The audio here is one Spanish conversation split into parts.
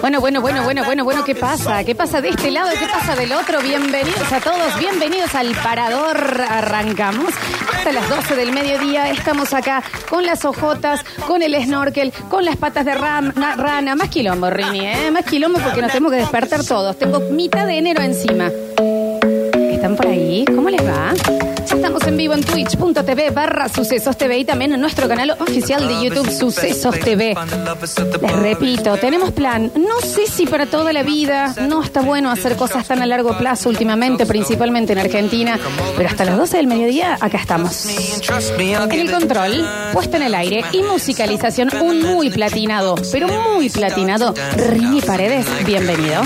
Bueno, bueno, bueno, bueno, bueno, bueno, ¿qué pasa? ¿Qué pasa de este lado? ¿Qué pasa del otro? Bienvenidos a todos, bienvenidos al Parador. Arrancamos hasta las 12 del mediodía. Estamos acá con las ojotas, con el snorkel, con las patas de ram- na- rana. Más quilombo, Rini, ¿eh? Más quilombo porque nos tenemos que despertar todos. Tengo mitad de enero encima. ¿Están por ahí? ¿Cómo les va? Ya estamos en vivo en twitch.tv barra sucesos TV y también en nuestro canal oficial de YouTube Sucesos TV. Les repito, tenemos plan. No sé si para toda la vida no está bueno hacer cosas tan a largo plazo últimamente, principalmente en Argentina, pero hasta las 12 del mediodía acá estamos. En el control, puesta en el aire y musicalización, un muy platinado, pero muy platinado, Rini Paredes, bienvenido.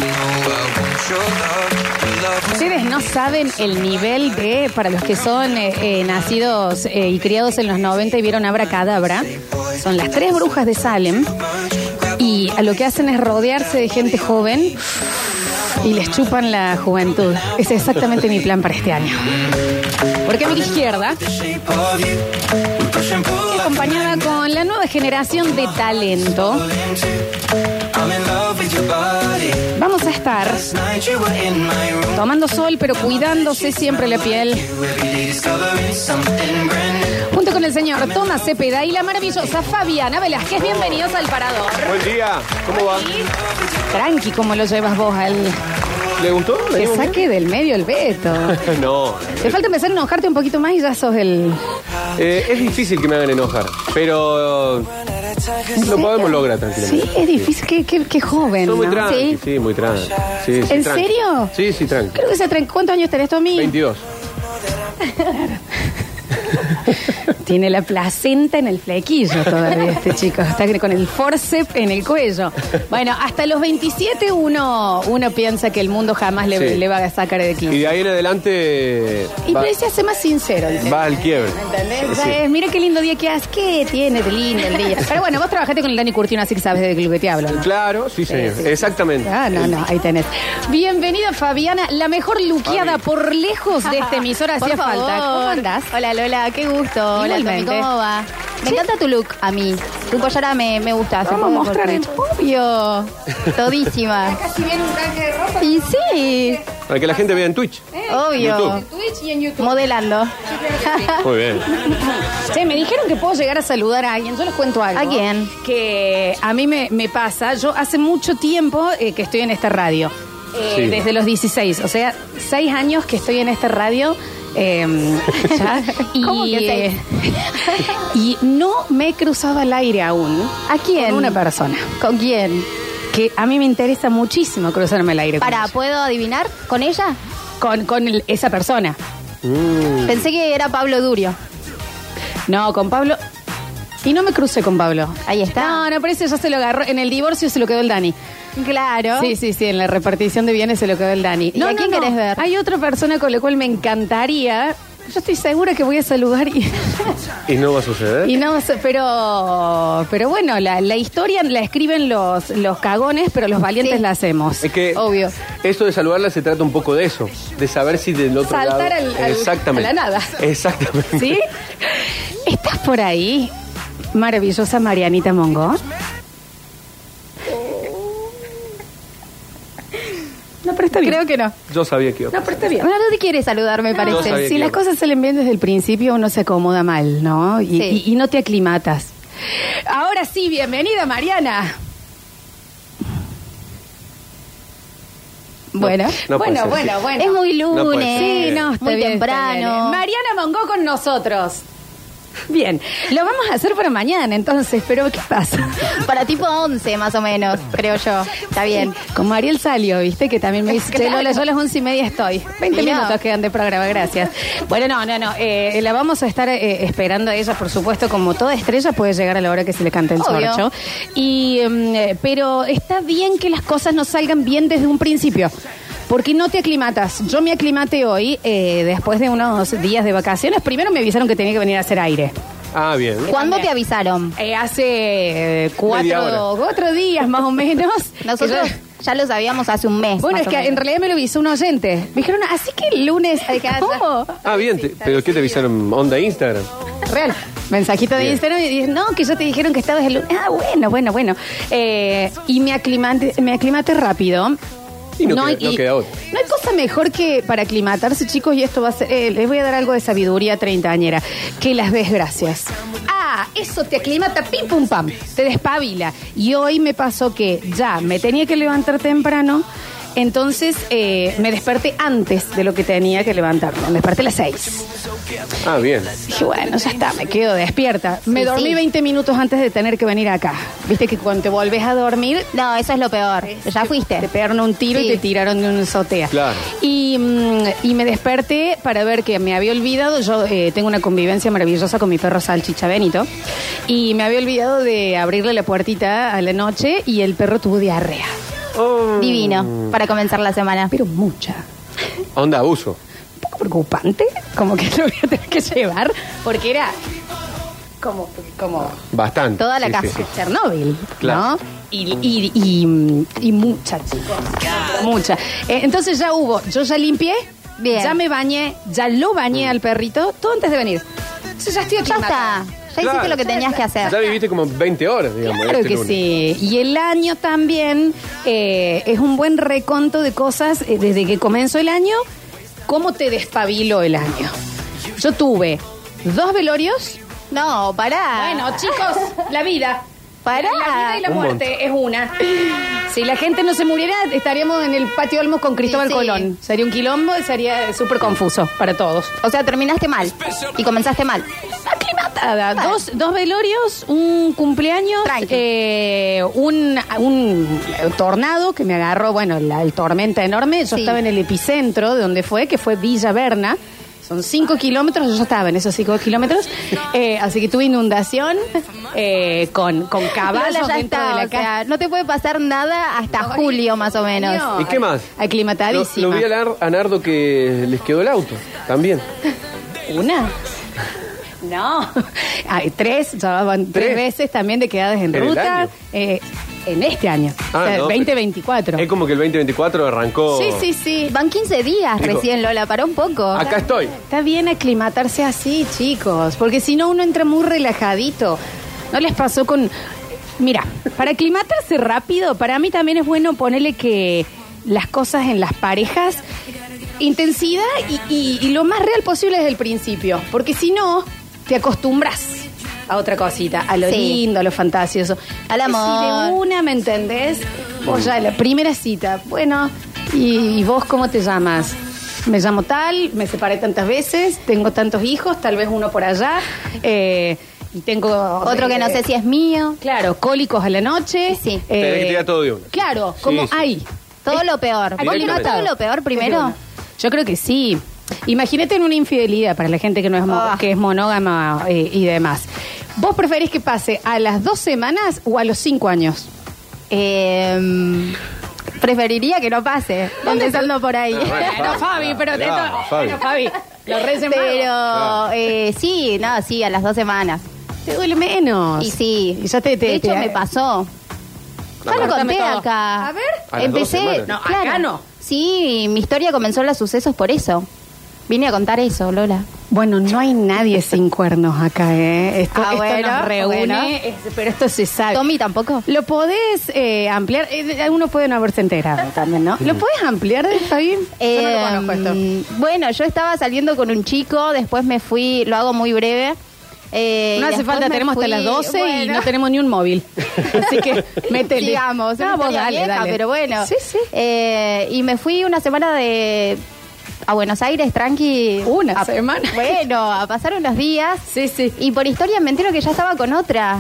Ustedes no saben el nivel de, para los que son eh, eh, nacidos eh, y criados en los 90 y vieron Abra Cadabra, son las tres brujas de Salem y a lo que hacen es rodearse de gente joven y les chupan la juventud. Es exactamente mi plan para este año. Porque a mi izquierda, estoy acompañada con la nueva generación de talento, vamos a estar tomando sol pero cuidándose siempre la piel. Junto con el señor Tomás Cepeda y la maravillosa Fabiana Velázquez, bienvenidos al Parador. Buen día, ¿cómo va? Tranqui, como lo llevas vos al. ¿Le gustó? ¿Le Te dimos bien? saque del medio el veto. No. Te falta empezar a enojarte un poquito más y ya sos el. Eh, es difícil que me hagan enojar, pero lo podemos lograr Sí, tranquilamente. es difícil. Qué, qué, qué joven. Soy muy ¿no? tranqui, Sí. sí, muy tranqui. Sí, sí, ¿En tranqui. serio? Sí, sí, tranqui. Creo que se atran- ¿Cuántos años tenés tú a mí? 22. Tiene la placenta en el flequillo todavía este chico. Está con el forceps en el cuello. Bueno, hasta los 27 uno, uno piensa que el mundo jamás le, Sí. le va a sacar de Y 15. de ahí en adelante Y va, pero ahí se hace más sincero. ¿entendés? va al quiebre. ¿Entendés? ¿Sabes? Mira qué lindo día que haces. ¿Qué tiene de lindo el día? Pero bueno, vos trabajaste con el Dani Curtino, así que sabes de lo que te hablo. ¿no? Claro, sí, señor. Sí, sí. Exactamente. Ah, no, no, ahí tenés. Bienvenida, Fabiana, la mejor luqueada por lejos de esta emisora. Por Hacía favor. falta. ¿Cómo andás? Hola Lola, qué gusto. Hola Tommy, Igualmente. ¿cómo va? Me Sí. encanta tu look a mí. Tu collera me, me gusta. hace Vamos a poco mostrar el corté. Obvio. Todísima. Casi viene un traje de ropa ¿Eh? Y sí, Para que la gente vea en Twitch. obvio. YouTube. Twitch y en YouTube. Modelando. Muy bien. Che, me dijeron que puedo llegar a saludar a alguien. Yo les cuento algo. ¿A quién? Que a mí me, me pasa. Yo hace mucho tiempo eh, que estoy en esta radio. Eh, Sí. Desde los 16. O sea, 6 años que estoy en esta radio. eh, ya. ¿Cómo que seis? eh, y no me he cruzado al aire aún. ¿A quién? Con una persona. ¿Con quién? Que a mí me interesa muchísimo cruzarme al aire. con Para, ella. ¿puedo adivinar? ¿Con ella? Con, con el- esa persona. Mm. Pensé que era Pablo Durio. No, con Pablo. Y no me crucé con Pablo. Ahí está. No, no, pero eso ya se lo agarró. En el divorcio se lo quedó el Dani. Claro. Sí, sí, sí, en la repartición de bienes se lo quedó el Dani. ¿Oh? ¿Y a quién querés ver? Hay otra persona con la cual me encantaría. Yo estoy segura que voy a saludar y, ¿Y no va a suceder? y no, sé, pero pero bueno, la, la historia la escriben los, los cagones, pero los valientes Sí. la hacemos. Es que Obvio. Esto de saludarla se trata un poco de eso, de saber si del otro Saltar lado. al- al- Exactamente. a la nada. Exactamente. ¿Sí? ¿Estás por ahí, maravillosa Marianita Mongo? No, pero está bien. Creo que no. Yo sabía que iba a No, pero está bien. No, no te quiere saludar, me No parece. sabía. Si que las iba. cosas salen bien desde el principio, uno se acomoda mal, ¿no? Y, Sí. y- y no te aclimatas. Ahora sí, bienvenida, Mariana. Bueno, no puede bueno, ser, bueno, sí. bueno. Es muy No puede lunes. ser. Sí, no, está Muy bien, está bien, temprano. eh. Mariana Mongó con nosotros. Bien, lo vamos a hacer para mañana entonces, pero ¿qué pasa? Para tipo 11 más o menos, creo yo. Está bien. Con Mariel Salio, viste, que también me dice, che, Lola, yo a las once y media estoy. 20 Mirá. minutos quedan de programa, gracias. Bueno, no, no, no, eh, la vamos a estar eh, esperando a ella, por supuesto, como toda estrella puede llegar a la hora que se le cante el Obvio. sorcho. Y, em, eh, pero está bien que las cosas no salgan bien desde un principio. Porque no te aclimatas. Yo me aclimaté hoy, eh, después de unos días de vacaciones. Primero me avisaron que tenía que venir a hacer aire. Ah, bien. ¿Cuándo te avisaron? Eh, hace eh, Media cuatro, hora. cuatro días más o menos. Nosotros Que yo- Ya lo sabíamos hace un mes. Bueno, más es o que menos. en realidad me lo avisó un oyente. Me dijeron, "Ah, así que el lunes. Ay, calla. ¿Cómo? Ah, bien, te- pero ¿qué te avisaron? ¿Onda Instagram? Real. Mensajito de Bien. Instagram y dice, no, que ya te dijeron que estabas el lunes. Ah, bueno, bueno, bueno. Eh, y me aclimate, me aclimate rápido. Y no queda- no queda otra. no hay cosa mejor que para aclimatarse, chicos, y esto va a ser, eh, les voy a dar algo de sabiduría treintañera, que las desgracias. Ah, eso te aclimata, pim pum pam, te despabila. Y hoy me pasó que ya me tenía que levantar temprano, entonces eh, me desperté antes de lo que tenía que levantarme. Me desperté a las seis. Ah, bien. Dije, bueno, ya está, me quedo despierta. Me Sí, dormí sí. 20 minutos antes de tener que venir acá. Viste que cuando te volvés a dormir, No, eso es lo peor. Ya fuiste. te pegaron un tiro Sí. y te tiraron de una azotea. Claro. Y, mm, y me desperté para ver que me había olvidado. Yo eh, tengo una convivencia maravillosa con mi perro Salchicha Benito. Y me había olvidado de abrirle la puertita a la noche y el perro tuvo diarrea. Oh, Divino. Para comenzar la semana. Pero mucha. onda abuso. Un poco preocupante. Como que lo voy a tener que llevar. Porque era como... como Bastante. Toda la Sí, casa. sí, sí. Chernóbil, Claro. ¿no? Y, y, y, y mucha, chicos. Mucha. Eh, entonces ya hubo, yo ya limpié, Bien. ya me bañé, ya lo Mm. bañé al perrito, todo antes de venir. Entonces ya estoy Ya está. aclimatada. Ya hiciste Claro. lo que tenías que Ya hacer. viviste como 20 horas, digamos. Claro este que lunes. sí. Y el año también eh, es un buen reconto de cosas eh, desde que comenzó el año, cómo te despabiló el año. Yo tuve dos velorios. No, pará. Bueno, chicos, la vida. Pará. La vida y la Un muerte es una. Si la gente no se muriera, estaríamos en el patio Olmos con Cristóbal Sí, sí. Colón. Sería un quilombo y sería súper confuso para todos. O sea, terminaste mal. Y comenzaste mal. Aclimatada. Dos, dos velorios, un cumpleaños, Tranqui. eh, un, un eh, tornado que me agarró, bueno, la el tormenta enorme. Yo Sí. estaba en el epicentro de donde fue, que fue Villa Berna. Son cinco kilómetros, yo ya estaba en esos cinco kilómetros. Eh, así que tuve inundación eh, con, con caballos Lola ya dentro está, de la o casa. sea, no te puede pasar nada hasta julio más o menos. No, ¿Y qué más? Lo, Aclimatadísima. lo vi a, Lar- a Nardo que les quedó el auto también. ¿Una? No. Hay tres, ya van tres, Tres. veces también de quedadas en, ¿En el ruta. año? eh, en este año. Ah, o sea, no, 2024. Es como que el 2024 arrancó. Sí, sí, sí. Van 15 días Digo, recién, Lola. Paró un poco. Acá estoy. Está bien aclimatarse así, chicos, porque si no uno entra muy relajadito. ¿No les pasó con...? Mira, para aclimatarse rápido, para mí también es bueno ponerle que las cosas en las parejas, intensidad y, y- y lo más real posible desde el principio, porque si no, te acostumbras a otra cosita, a lo Sí. lindo, a lo fantasioso. Al Que Si amor. de una, ¿me entendés? Vos ya, la primera cita, bueno, ¿y, y vos cómo te llamas? Me llamo tal, me separé tantas veces, tengo tantos hijos, tal vez uno por allá, eh, y tengo... eh, Otro que no sé si es mío. Claro, cólicos a la noche. eh, Sí. Tenés que tirar todo de una. Claro, Sí, como sí. hay. Todo lo peor. ¿Vos Directamente. limás todo lo peor primero? Yo creo que sí. Imagínate en una infidelidad para la gente que no es, mo- Ah. que es monógama eh, y demás. ¿Vos preferís que pase a las dos semanas o a los cinco años? Eh, preferiría que no pase. Empezando por ahí. Ah, bueno. Claro, Fabi, pero te Claro, to- Fabi. bueno, Fabi, lo Pero Claro. eh, sí, no, sí, a las dos semanas. Te duele menos. Y sí. Ah, Y ya te- te- de hecho, te- me pasó. Ya lo Contame conté todo. acá. A ver. A las dos Empecé. semanas. No, acá no. Sí, mi historia comenzó en los sucesos por eso. Vine a contar eso, Lola. Bueno, no hay nadie sin cuernos acá, ¿eh? Esto, Ah, esto bueno, nos reúne, bueno. es- pero esto se sabe. Tommy tampoco. ¿Lo podés eh, ampliar? Eh, de- algunos pueden haberse enterado también, ¿no? Mm. ¿Lo podés ampliar, Fabi? Yo no lo conozco esto. Eh, bueno, yo estaba saliendo con un chico, después me fui, lo hago muy breve. eh, No y hace después falta, me tenemos hasta fui- las 12 y bueno. no tenemos ni un móvil. Así que métele. Digamos, no, una vos historia dale, vieja, dale. pero bueno. Sí, sí. Eh, y me fui una semana de a Buenos Aires, tranqui. Una A- semana. Bueno, a pasar unos días. Sí, sí. Y por historia me entero que ya estaba con otra.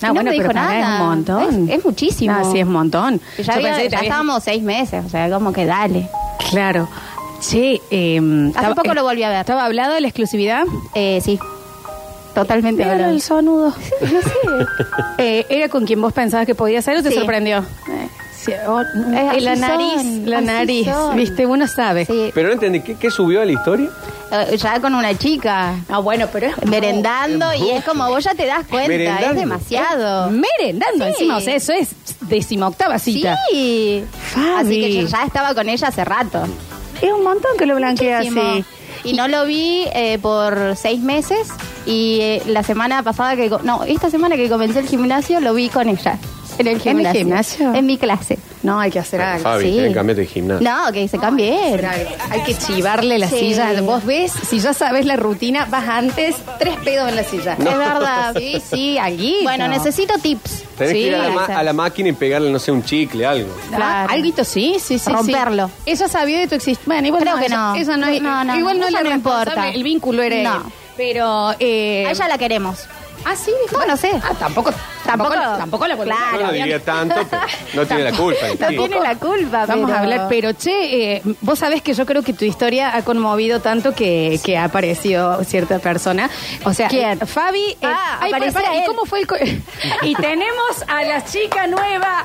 Y Ah, bueno, me dijo pero pará, nada. es un montón. Es, es muchísimo. Ah, sí, es un montón. Ya, Yo había- pensé que ya te habías- estábamos seis meses, o sea, como que dale. Claro. Che, eh, estaba- poco eh, lo volví a ver. ¿Estaba hablado de la exclusividad? Eh, sí. Totalmente. Míralo, hablado. el sonudo. Eh, ¿Era con quien vos pensabas que podía ser o te Sí. sorprendió? Eh, Sí, oh, Eh, eh, la así nariz, son, la así nariz, son. viste, uno sabe. Sí. Pero no entendí, ¿qué, qué subió a la historia? Eh, Ya con una chica. Ah, bueno, pero es Merendando y es como vos ya te das cuenta, es Merendando. demasiado. merendando Sí. encima, o sea, eso es decimoctava cita. Sí. Fabi. Así que yo ya estaba con ella hace rato. Es un montón que lo blanquea así. Muchísimo. Y no lo vi eh, por seis meses y eh, la semana pasada que... co- No, esta semana que comencé el gimnasio lo vi con ella. En el ¿En gimnasio. el gimnasio? En mi clase. No, hay que hacer Bueno, algo. Fabi, sí. tienen que cambiarte de gimnasio. No, que se cambie él. Hay que chivarle las Sí. sillas. Vos ves, si ya sabes la rutina, vas antes, tres pedos en la silla. Es verdad. Sí, sí, aquí. Bueno, necesito tips. Tenés Sí, que ir a la, ma- gracias. a la máquina y pegarle, no sé, un chicle, algo. Claro. Alguito sí, sí, sí. Romperlo. sí. Ella sabía de tu existencia. Bueno, igual Creo no, que ella- no. ella no, hay- No, no, igual no ella le no importa. importa. El vínculo era No. él. Pero. Eh, A ella la queremos. Ah, sí, No, no sé. Ah, tampoco. Tampoco, Tampoco- tampoco la volvemos. Claro, no lo diría tanto, pero no tiene la culpa. No sí. tiene la culpa. Vamos pero- a hablar, pero che, eh, vos sabés que yo creo que tu historia ha conmovido tanto que, que ha aparecido cierta persona. O sea, ¿Quién? Fabi. eh, Ah, ay, apareció pará, ¿y él. cómo fue el.? co- y tenemos a la chica nueva.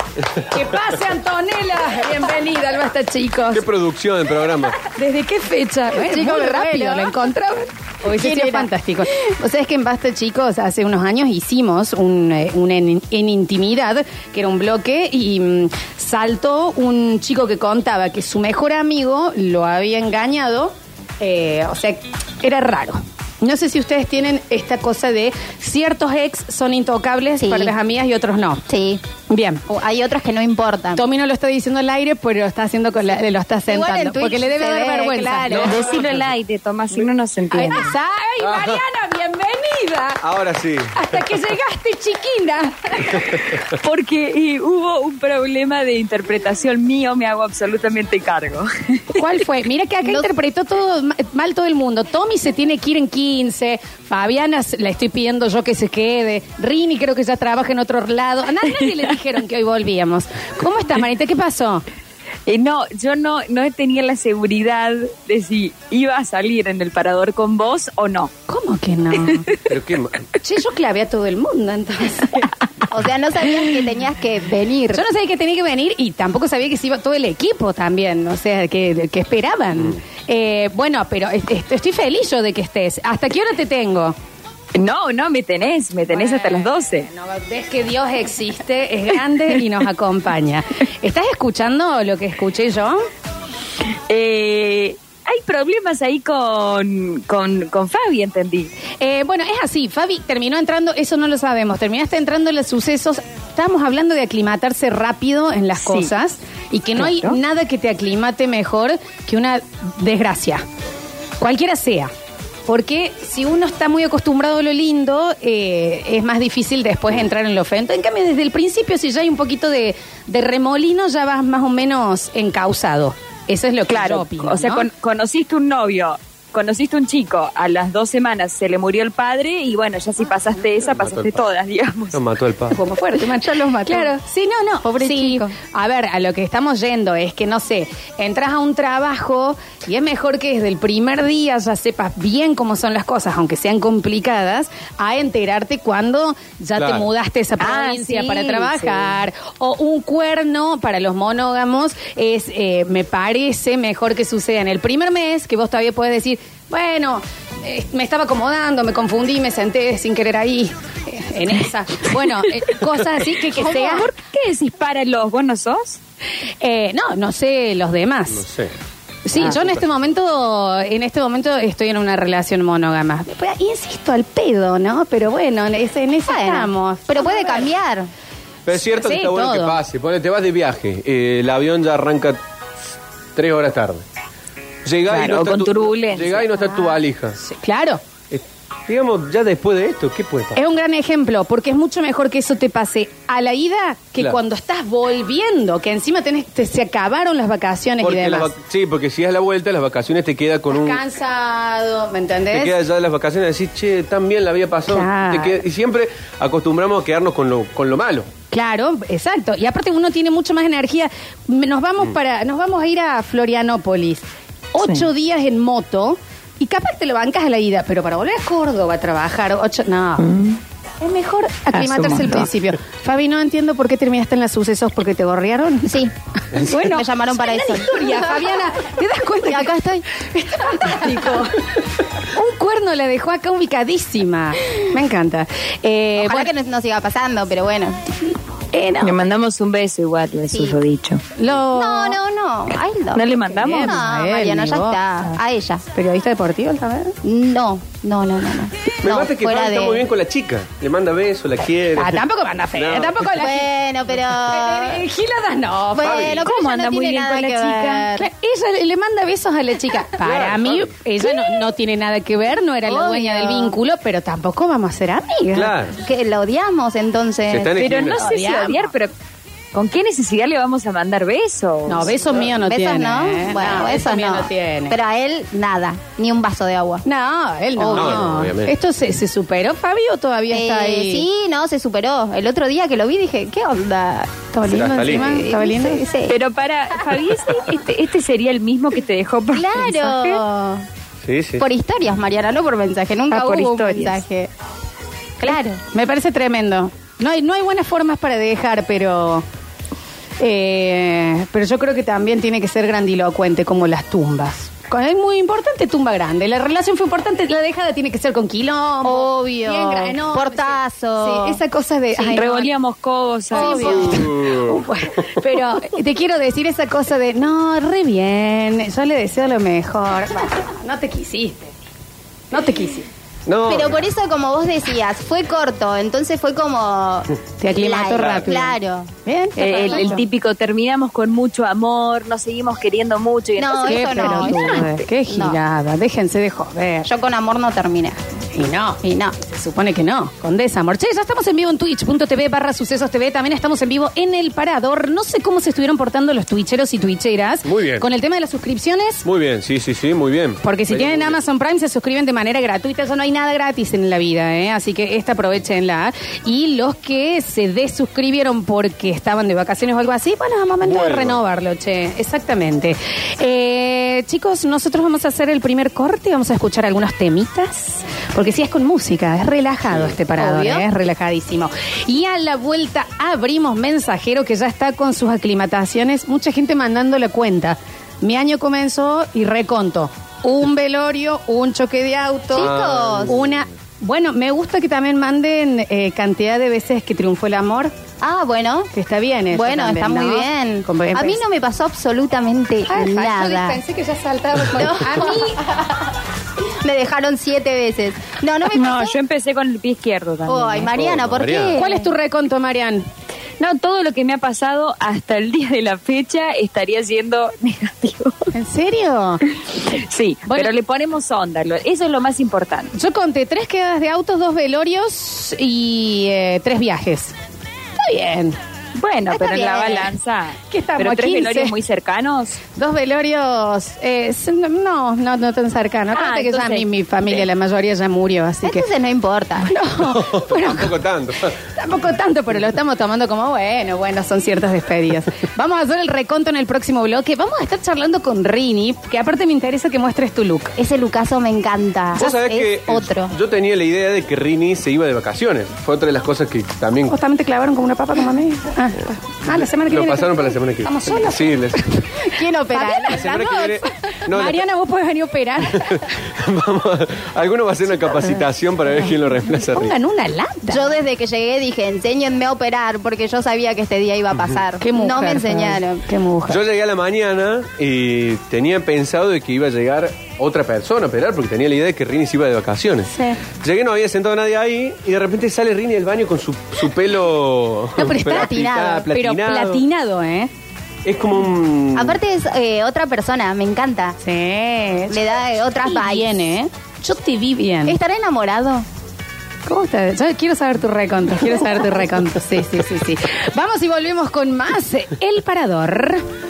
Que pase, Antonella. Bienvenida al Basta, chicos. ¿Qué producción del programa? ¿Desde qué fecha? Bueno, chicos, muy rápido, bueno. lo encontraban. Hubiese ¿Quién sido era? fantástico. O sea, es que en Basta, chicos, hace unos años hicimos un, eh, un en, En intimidad, que era un bloque, y mm, saltó un chico que contaba que su mejor amigo lo había engañado. eh, o sea, era raro. No sé si ustedes tienen esta cosa de ciertos ex son intocables Sí. para las amigas y otros no. Sí. Bien. O hay otros que no importan. Tommy no lo está diciendo al aire, pero lo está haciendo con la- lo está Igual en sentando. Twitch Porque le debe se dar ve, vergüenza. claro. ¿no? Decirlo al aire, Tomás, si no nos Ay, entiende. esa- ay, Mariana, bienvenida! Ahora sí. Hasta que llegaste, chiquina. Porque eh, hubo un problema de interpretación mío, me hago absolutamente cargo. ¿Cuál fue? Mira que acá No- interpretó todo ma- mal todo el mundo. Tommy se tiene que ir en 15. Fabiana s- la estoy pidiendo yo que se quede. Rini creo que ya trabaja en otro lado. A nadie, nadie le dijeron que hoy volvíamos. ¿Cómo estás, Marita? ¿Qué pasó? Eh, no, yo no, no tenía la seguridad de si iba a salir en el parador con vos o no. ¿Cómo que no? Pero qué ma- Che, yo clavé a todo el mundo entonces. O sea, no sabías que tenías que venir. Yo no sabía que tenía que venir y tampoco sabía que se iba todo el equipo también, o sea, que, que esperaban. Mm. Eh, bueno, pero es- es- estoy feliz yo de que estés. ¿Hasta qué hora te tengo? No, no, me tenés, me tenés hasta las 12. Bueno, ves que Dios existe, es grande y nos acompaña. ¿Estás escuchando lo que escuché yo? Eh, hay problemas ahí con, con, con Fabi, entendí. Eh, bueno, es así, Fabi terminó entrando, eso no lo sabemos, terminaste entrando en los sucesos, estábamos hablando de aclimatarse rápido en las Sí. cosas y que no hay Claro. nada que te aclimate mejor que una desgracia, cualquiera sea. Porque si uno está muy acostumbrado a lo lindo, eh, es más difícil después entrar en lo feo. Entonces, En cambio, desde el principio, si ya hay un poquito de, de remolino, ya vas más o menos encausado. Eso es lo que yo Claro, opino. o sea, ¿no? con- conociste un novio, conociste un chico, a las dos semanas se le murió el padre y bueno, ya si pasaste esa, pasaste el padre. todas, digamos. No mató al padre. como fuerte, manchar los mató. Claro, sí, no, no. Pobre sí. chico. A ver, a lo que estamos yendo es que, no sé, entras a un trabajo y es mejor que desde el primer día ya sepas bien cómo son las cosas, aunque sean complicadas, a enterarte cuando ya Claro. te mudaste a esa Ah, provincia sí, para trabajar. O un cuerno para los monógamos es, eh, me parece, mejor que suceda en el primer mes, que vos todavía podés decir, bueno... eh, Me estaba acomodando, me confundí, me senté sin querer ahí, eh, en esa. Bueno, eh, cosas así que, que ¿Cómo? sea. ¿Por qué decís para los vos no sos? Eh, no, no sé los demás. No sé. Ah, Sí, yo en este momento, en este momento estoy en una relación monógama. Pero, insisto, al pedo, ¿no? Pero bueno, en ese, en ese Bueno, estamos. Pero Vamos puede a ver. cambiar. Pero es cierto Sí, que está bueno que todo. pase. Ponele, te vas de viaje. eh, el avión ya arranca tres horas tarde. Llegá, y, Claro, no está con tu, turbulencia. llegá y no está tu valija. Sí, Claro. Eh, digamos, ya después de esto, ¿qué puede pasar? Es un gran ejemplo, porque es mucho mejor que eso te pase a la ida que Claro. cuando estás volviendo, que encima tenés, te- se acabaron las vacaciones y Porque las demás. vac- sí, porque si das la vuelta, las vacaciones te queda con un... Cansado, ¿me Te entendés? queda ya de las vacaciones y decís, che, tan bien la había pasado. Claro. Te queda- y siempre acostumbramos a quedarnos con lo, con lo malo. Claro, exacto. Y aparte uno tiene mucho más energía. Me- Nos vamos Mm. para, nos vamos a ir a Florianópolis. Ocho días en moto y capaz te lo bancas a la ida, pero para volver a Córdoba a trabajar, ocho, no. Es mejor aclimatarse al Asumo. principio. Fabi, no entiendo por qué terminaste en las sucesos porque te gorrearon. Sí. Bueno, me llamaron para es eso. una historia, Fabiana. ¿Te das cuenta? Y acá estoy. Está fantástico. Un cuerno la dejó acá ubicadísima. Me encanta. Eh, Ojalá bueno, que no, no siga pasando, pero bueno. eh, no. Le mandamos un beso igual, le Sí. suyo dicho. Lo- No, no, no. A él ¿No le mandamos? No, Bien, a él, Mariana, ni ya vos. está. A ella. Periodista deportivo, ¿sabes? No, no, no, no. no. Me No, mata que Fabi está muy bien con la chica. Le manda besos, la quiere. Ah, tampoco manda fe, No. tampoco la Bueno, pero. Eh, Giladas no. Bueno, Fabi, pero ¿cómo ella anda no muy tiene bien nada con la que chica? ver. Claro, Ella le- le manda besos a la chica. Para Claro, mí, claro. ella no, no tiene nada que ver, no era la Obvio. dueña del vínculo, pero tampoco vamos a ser amigas. Claro. Que la odiamos entonces. Se están Pero no equilibrando. sé si Odiamos. odiar, pero ¿con qué necesidad le vamos a mandar besos? No, besos míos no ¿Besos tiene. no? ¿eh? Bueno, No, besos míos no. no tiene. Pero a él, nada. Ni un vaso de agua. no, él no. No, no, obviamente. ¿Esto se, se superó, Fabi, o todavía está Eh, ahí? Sí, no, se superó. El otro día que lo vi dije, ¿qué onda? Estaba lindo Está encima, lindo. estaba lindo. Sí, sí. Pero para, Fabi, este, este- este sería el mismo que te dejó por mensaje. Claro. Sí, sí. Por historias, Mariana, no por mensaje. Nunca Ah, por hubo un historias. mensaje. Claro. Me parece tremendo. No hay, no hay buenas formas para dejar, pero. eh, pero yo creo que también tiene que ser grandilocuente, como las tumbas. Con es muy importante tumba grande. La relación fue importante, la dejada tiene que ser con quilombo. Obvio. bien gra- enorme, Portazo. Sí, esa cosa de. ay, no. Revolíamos cosas. Obvio. Uh, Pero eh, te quiero decir esa cosa de, no, re bien, yo le deseo lo mejor. No te quisiste. No te quisiste. no. Pero por eso, como vos decías, fue corto, entonces fue como... Te aclimató Claro, rápido. Claro. Bien, está Eh, el, el perfecto. típico terminamos con mucho amor, nos seguimos queriendo mucho y No, entonces Qué eso no. eso no. pelotude, qué No. gilada, déjense de joder. Yo con amor no terminé. Y no, Y no. se supone que no. Con desamor. Che, ya estamos en vivo en twitch.tv barra sucesos TV. También estamos en vivo en El Parador. No sé cómo se estuvieron portando los twitcheros y twitcheras. Muy bien. Con el tema de las suscripciones. Muy bien, sí, sí, sí, muy bien. Porque si Muy tienen bien. Amazon Prime se suscriben de manera gratuita, eso no hay nada gratis en la vida, ¿eh? así que esta aprovechenla. Y los que se desuscribieron porque estaban de vacaciones o algo así, bueno, es momento de Vuelvan. renovarlo, che, exactamente. Eh, chicos, nosotros vamos a hacer el primer corte, vamos a escuchar algunos temitas, porque si es con música, es relajado este parador, Obvio. ¿eh? es relajadísimo. Y a la vuelta abrimos mensajero que ya está con sus aclimataciones, mucha gente mandando la cuenta. Mi año comenzó y reconto. Un velorio, un choque de auto, Chicos. una... Bueno, me gusta que también manden eh, cantidad de veces que triunfó el amor, Ah, bueno. que está bien eso Bueno, también, está ¿no? muy bien. Como- A mí no me pasó absolutamente Ah, yo nada. pensé que ya saltaba. con- No. A mí Me dejaron siete veces. No, no me pasó. No, yo empecé con el pie izquierdo también. ¿eh? Ay, Mariana, Oh, ¿por qué? Mariana. ¿Cuál es tu reconto, Marian? No, todo lo que me ha pasado hasta el día de la fecha estaría siendo negativo. ¿En serio? Sí, Bueno. pero le ponemos onda, lo- eso es lo más importante. Yo conté tres quedas de autos, dos velorios y eh, tres viajes. Está bien. Bueno, Está pero en la bien. balanza. ¿Qué estamos, pero tres 15? velorios muy cercanos. Dos velorios, eh, s- no, no, no tan cercano. Ah, Acuérdate que ya entonces- mi, mi familia, la mayoría ya murió, así que... Entonces no importa. No, pero Tampoco tanto. tampoco tanto, pero lo estamos tomando como bueno, bueno, son ciertas despedidas. Vamos a hacer el reconto en el próximo bloque. Vamos a estar charlando con Rini, que aparte me interesa que muestres tu look. Ese Lucaso me encanta. Vos sabés que es eh, otro. yo tenía la idea de que Rini se iba de vacaciones. Fue otra de las cosas que también Justamente clavaron como una papa como a mí. Ah, ah, la semana que lo viene. pasaron para la semana que Vamos solos. Sí, les- ¿Quién opera? La semana que viene- no, la- Mariana, vos podés venir a operar. vamos a- alguno va a hacer una capacitación para ver quién lo reemplaza. a Rini. Pongan una lata. Yo desde que llegué dije, enséñenme a operar, porque yo sabía que este día iba a pasar. Qué mujer, no me enseñaron. Fabi, Qué mujer. Yo llegué a la mañana y tenía pensado de que iba a llegar otra persona a operar porque tenía la idea de que Rini se iba de vacaciones. Sí. Llegué, no había sentado a nadie ahí y de repente sale Rini del baño con su, su pelo No, pero está platinado, Pero platinado, ¿eh. Es como un... Aparte es eh, otra persona, me encanta. Sí. ¿eh? Le da eh, otras Yo te vi bien, vibes. ¿eh? Yo te vi bien. ¿Estará enamorado? ¿Cómo estás? Yo quiero saber tu reconto, quiero saber tu reconto. Sí, sí, sí, sí. Vamos y volvemos con más El Parador.